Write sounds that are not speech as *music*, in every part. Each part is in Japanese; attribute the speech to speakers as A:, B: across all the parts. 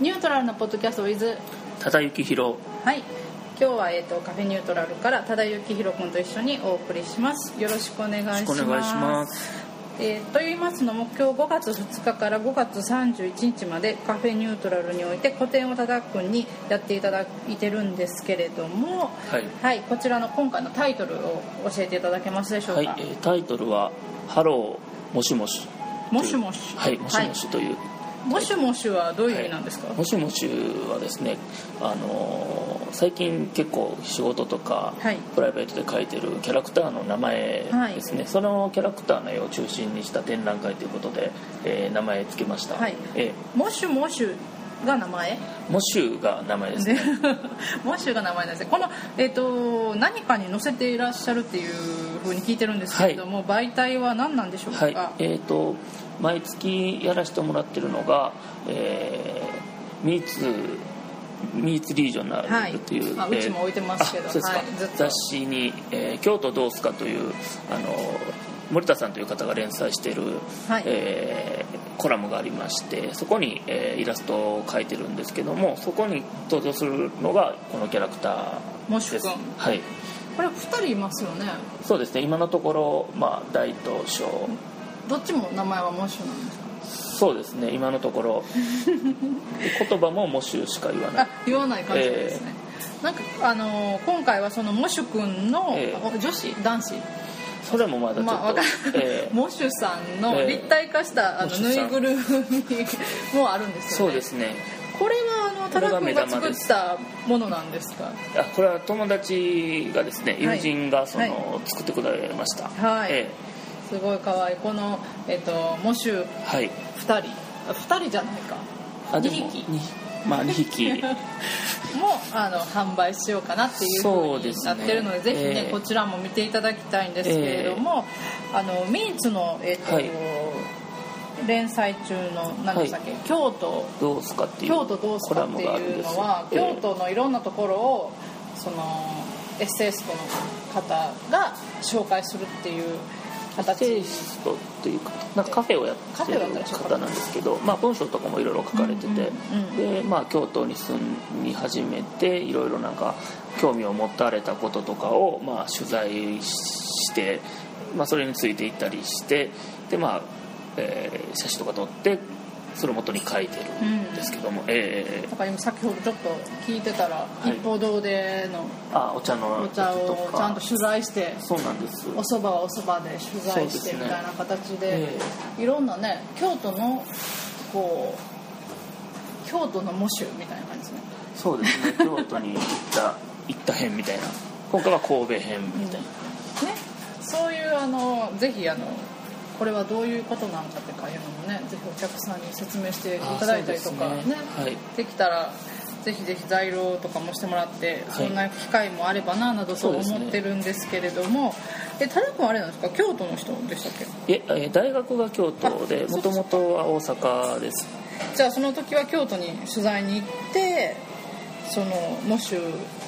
A: ニュートラルのポッドキャスト with
B: ただゆきひろ
A: はい今日は、えー、とカフェニュートラルから多田幸宏君と一緒にお送りしますよろしくお願いします
B: よろしくお願いします
A: えーと言いますのも今日5月2日から5月31日までカフェニュートラルにおいて個展をただくんにやっていただいてるんですけれども
B: はい
A: はいこちらの今回のタイトルを教えていただけますでしょう
B: は
A: か、
B: い、えータイトルは「ハローもしもし」
A: もしもし
B: はい「もしもし」という、
A: もしもしはどういう意
B: はい
A: 味なんですか、
B: もしもしはですね、あのー最近結構仕事とか、
A: はい
B: プライベートで書いてるキャラクターの名前ですね、そのキャラクターの絵を中心にした展覧会ということで、えー名前つけました、
A: はい
B: え
A: モシュモシュが名前
B: ーもしゅが名前です
A: で
B: ね
A: *laughs* モシュが名前なんですねこの、えっと何かに載せていらっしゃるっていうふうに聞いてるんですけれども、媒体は何なんでしょうか、
B: はいえっ、と毎月やらせてもらってるのが、えー、ミーツミーツリージョナルという、
A: はいあうちも置いてますけど
B: あそうですか
A: はいずっと
B: 雑誌に、えー京都どうすか」というあの森田さんという方が連載している、
A: はい
B: えーコラムがありましてそこに、えーイラストを描いてるんですけどもそこに登場するのがこのキャラクタ
A: も
B: ー
A: しゅ
B: です
A: 君。
B: はい
A: これ2人いますよね
B: そうですね今のところ、まあ、大と小
A: どっちも名前はモシュなんですか
B: そうですね今のところ
A: *laughs*
B: 言葉も「もしゅ」しか言わない
A: あ言わない感じですね、なんかあのー今回はそのモシュ君の、
B: ええ
A: お女子男子
B: それもまだちょっと、
A: まあわかる
B: ええ
A: モシュさんの
B: ええ
A: 立体化した、あの
B: モシ
A: ぬ
B: ュさ
A: い
B: ん
A: ぐるみもあるんです
B: そ
A: よね
B: うですね
A: これはあの
B: こ
A: 田
B: れが
A: 中君
B: 目
A: が
B: 玉
A: 作っ
B: です
A: たものなんですか
B: あこれは友達がですね
A: は
B: 友
A: い
B: 人がその、作ってくれました
A: はい
B: え
A: すごい可愛いこの、えっとモシュ
B: えはい
A: 2人あ2人じゃないか
B: あ
A: 2
B: でも
A: 匹
B: にまあ2匹
A: もあの販売しようかなっていうふ
B: そううで
A: に
B: す
A: な
B: ね
A: ってるのでぜひね、
B: ええ
A: こちらも見ていただきたいんですけれども、あのミーツの、えっと
B: はい
A: 連載中の何でしたっけ、京都
B: どうすかっていう
A: 京都どうすかって
B: コラムがあるん
A: いう
B: です
A: のは
B: ええ
A: 京都のいろんなところをそのエッセイストの方が紹介するっていう
B: アテ
A: 形
B: イストっていうかなんかカフェをやってる方なんですけど、まあ、文章とかもいろいろ書かれてて、
A: うん
B: で、まあ、京都に住み始めていろいろなんか興味を持たれたこととかを、まあ、取材して、まあ、それについていったりしてで、まあえー写真とか撮ってそれを元に書いてるんですけども、え
A: だから今先ほどちょっと聞いてたら、
B: い
A: 一方堂での
B: ーあお茶の
A: お
B: やつとか
A: 茶をちゃんと取材して
B: そうなんです
A: おそばはおそばで取材してみたいな形で
B: そうですね
A: いろんなね京都のこう京都の模集みたいな感じですね
B: そうですね京都に行った行った編みたいな今回は神戸編みたいな。
A: ねそういうあのぜひあのこれはどういうことなんかってかいうのもねぜひお客さんに説明していただいたりとか
B: あ
A: ね
B: そうですねはい
A: できたらぜひぜひ在廊とかもしてもらって、
B: はい
A: そんな機会もあればななどと
B: そうですね
A: 思ってるんですけれどもえ多田君あれなんですか京都の人でしたっけ
B: ええー大学が京都で
A: あそう
B: もともとは大阪です
A: じゃあその時は京都に取材に行ってそのもし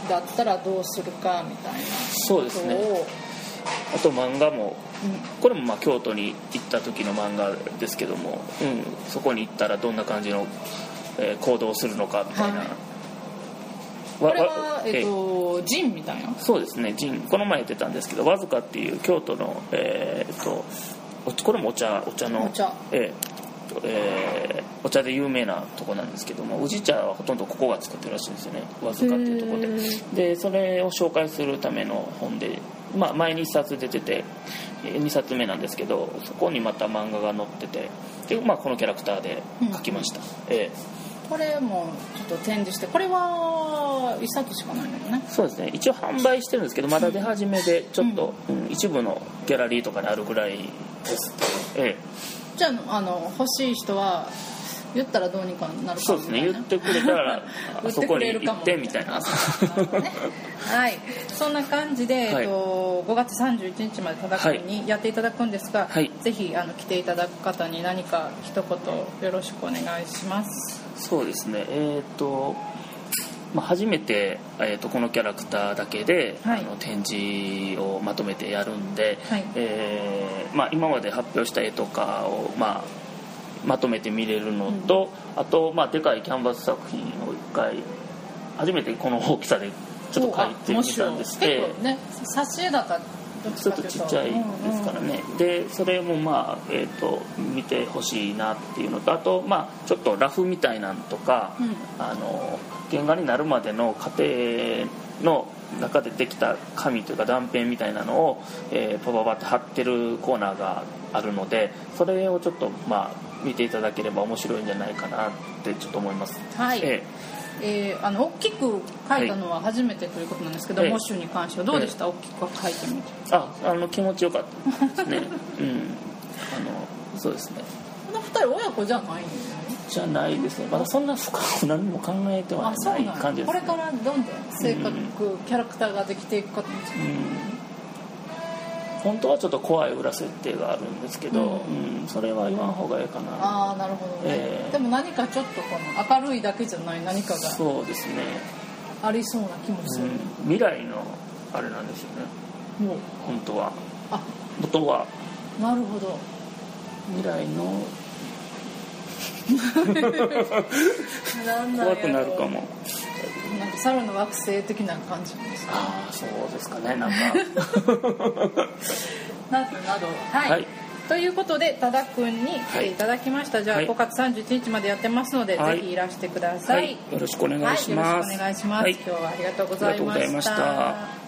A: だったらどうするかみたいな
B: そうで
A: こ
B: す
A: と
B: ね
A: を、
B: あと漫画も
A: うん
B: これもまあ京都に行った時の漫画ですけども、うん、そこに行ったらどんな感じの、えー行動をするのかみたいな、
A: はい
B: わ
A: これ
B: わ
A: は、えっ
B: ー
A: と、ジンみたいな
B: そうですねジンこの前出たんですけどわずかっていう京都のえーっとおこれもお茶お茶の
A: お茶
B: えーえーお茶で有名なとこなんですけども宇治茶はほとんどここが作ってるらしいんですよねわずかっていうとこ
A: へ
B: ででそれを紹介するための本で、まあ、前に1冊出てて2冊目なんですけどそこにまた漫画が載っててで、まあ、このキャラクターで書きました、えー
A: これもちょっと展示してこれは1冊しかないんだよね
B: そうですね一応販売してるんですけどまだ出始めでちょっと、うん一部のギャラリーとかにあるぐらいですええ
A: じゃああの欲しい人は言ったらどうにかなるか
B: そう
A: も
B: です
A: みたい
B: ね
A: な
B: 言ってくれた *laughs* ら
A: 売
B: あ
A: って
B: そ
A: く
B: こ
A: れ
B: に
A: る
B: 行
A: かも
B: ってみたいな
A: はい、そんな感じで、
B: はい
A: えっと、5月31日まで戦いにやっていただくんですが、
B: はい
A: ぜひあの来ていただく方に何か一言よろしくお願いします。
B: そうですねえっ、と、まあ、初めて、えー、とこのキャラクターだけで、
A: はい
B: あの展示をまとめてやるんで、
A: はい
B: えーまあ、今まで発表した絵とかを、まあまとめて見れるのと、あと、まあ、でかいキャンバス作品を一回初めてこの大きさでちょっと書いてみたんですけ
A: 結構ね挿絵だったらどっ
B: ち
A: ち
B: ょっ
A: か
B: と
A: いう
B: ちっちゃいですからね、でそれもまあ、えー、と見てほしいなっていうのとあと、まあ、ちょっとラフみたいなんとか、
A: うん
B: あの原画になるまでの過程の中でできた紙というか断片みたいなのを、えーパパパって貼ってるコーナーがあるのでそれをちょっとまあ見ていただければ面白いんじゃないかなってちょっと思います。
A: はい
B: え
A: えーあの大きく書いたのは初めてということなんですけど、
B: はい
A: モッシュに関してはどうでした、大きく書いてみて
B: えああの気持ちよかっ
A: *laughs*
B: たですね。うん、あのそうですね
A: この二人親子じゃないんですよね
B: じゃないですねまだそんな深く何も考えては
A: あそう
B: な
A: ないんだ、
B: 感じで
A: こ
B: すね
A: れからどんどん性格、キャラクターができていくかと思って
B: うん本当はちょっと怖い裏設定があるんですけど、
A: う
B: うんそれは言わん方がいいかな
A: ああなるほどね、
B: ええ
A: でも何かちょっとこの明るいだけじゃない何かが
B: そうですね、
A: ありそうな気もす
B: う
A: る、
B: ん、未来のあれなんですよね
A: もう
B: 本当は
A: あ
B: 元は
A: なるほど
B: 未来の
A: なんなんやろ
B: 怖くなるかも
A: なんか猿の惑星的な感じです
B: ああそうですかね *laughs* なんか
A: などなどはい、
B: はい
A: ということで多田くんに来ていただきました、じゃあ
B: はい
A: 5月31日までやってますので、
B: はい
A: ぜひいらしてくださ、
B: はいいよろしくお願いし
A: は
B: ま
A: い、よろ
B: す
A: しくお願いします、
B: はい
A: 今日はありがとうございま
B: ありがとうござい
A: し
B: ましたた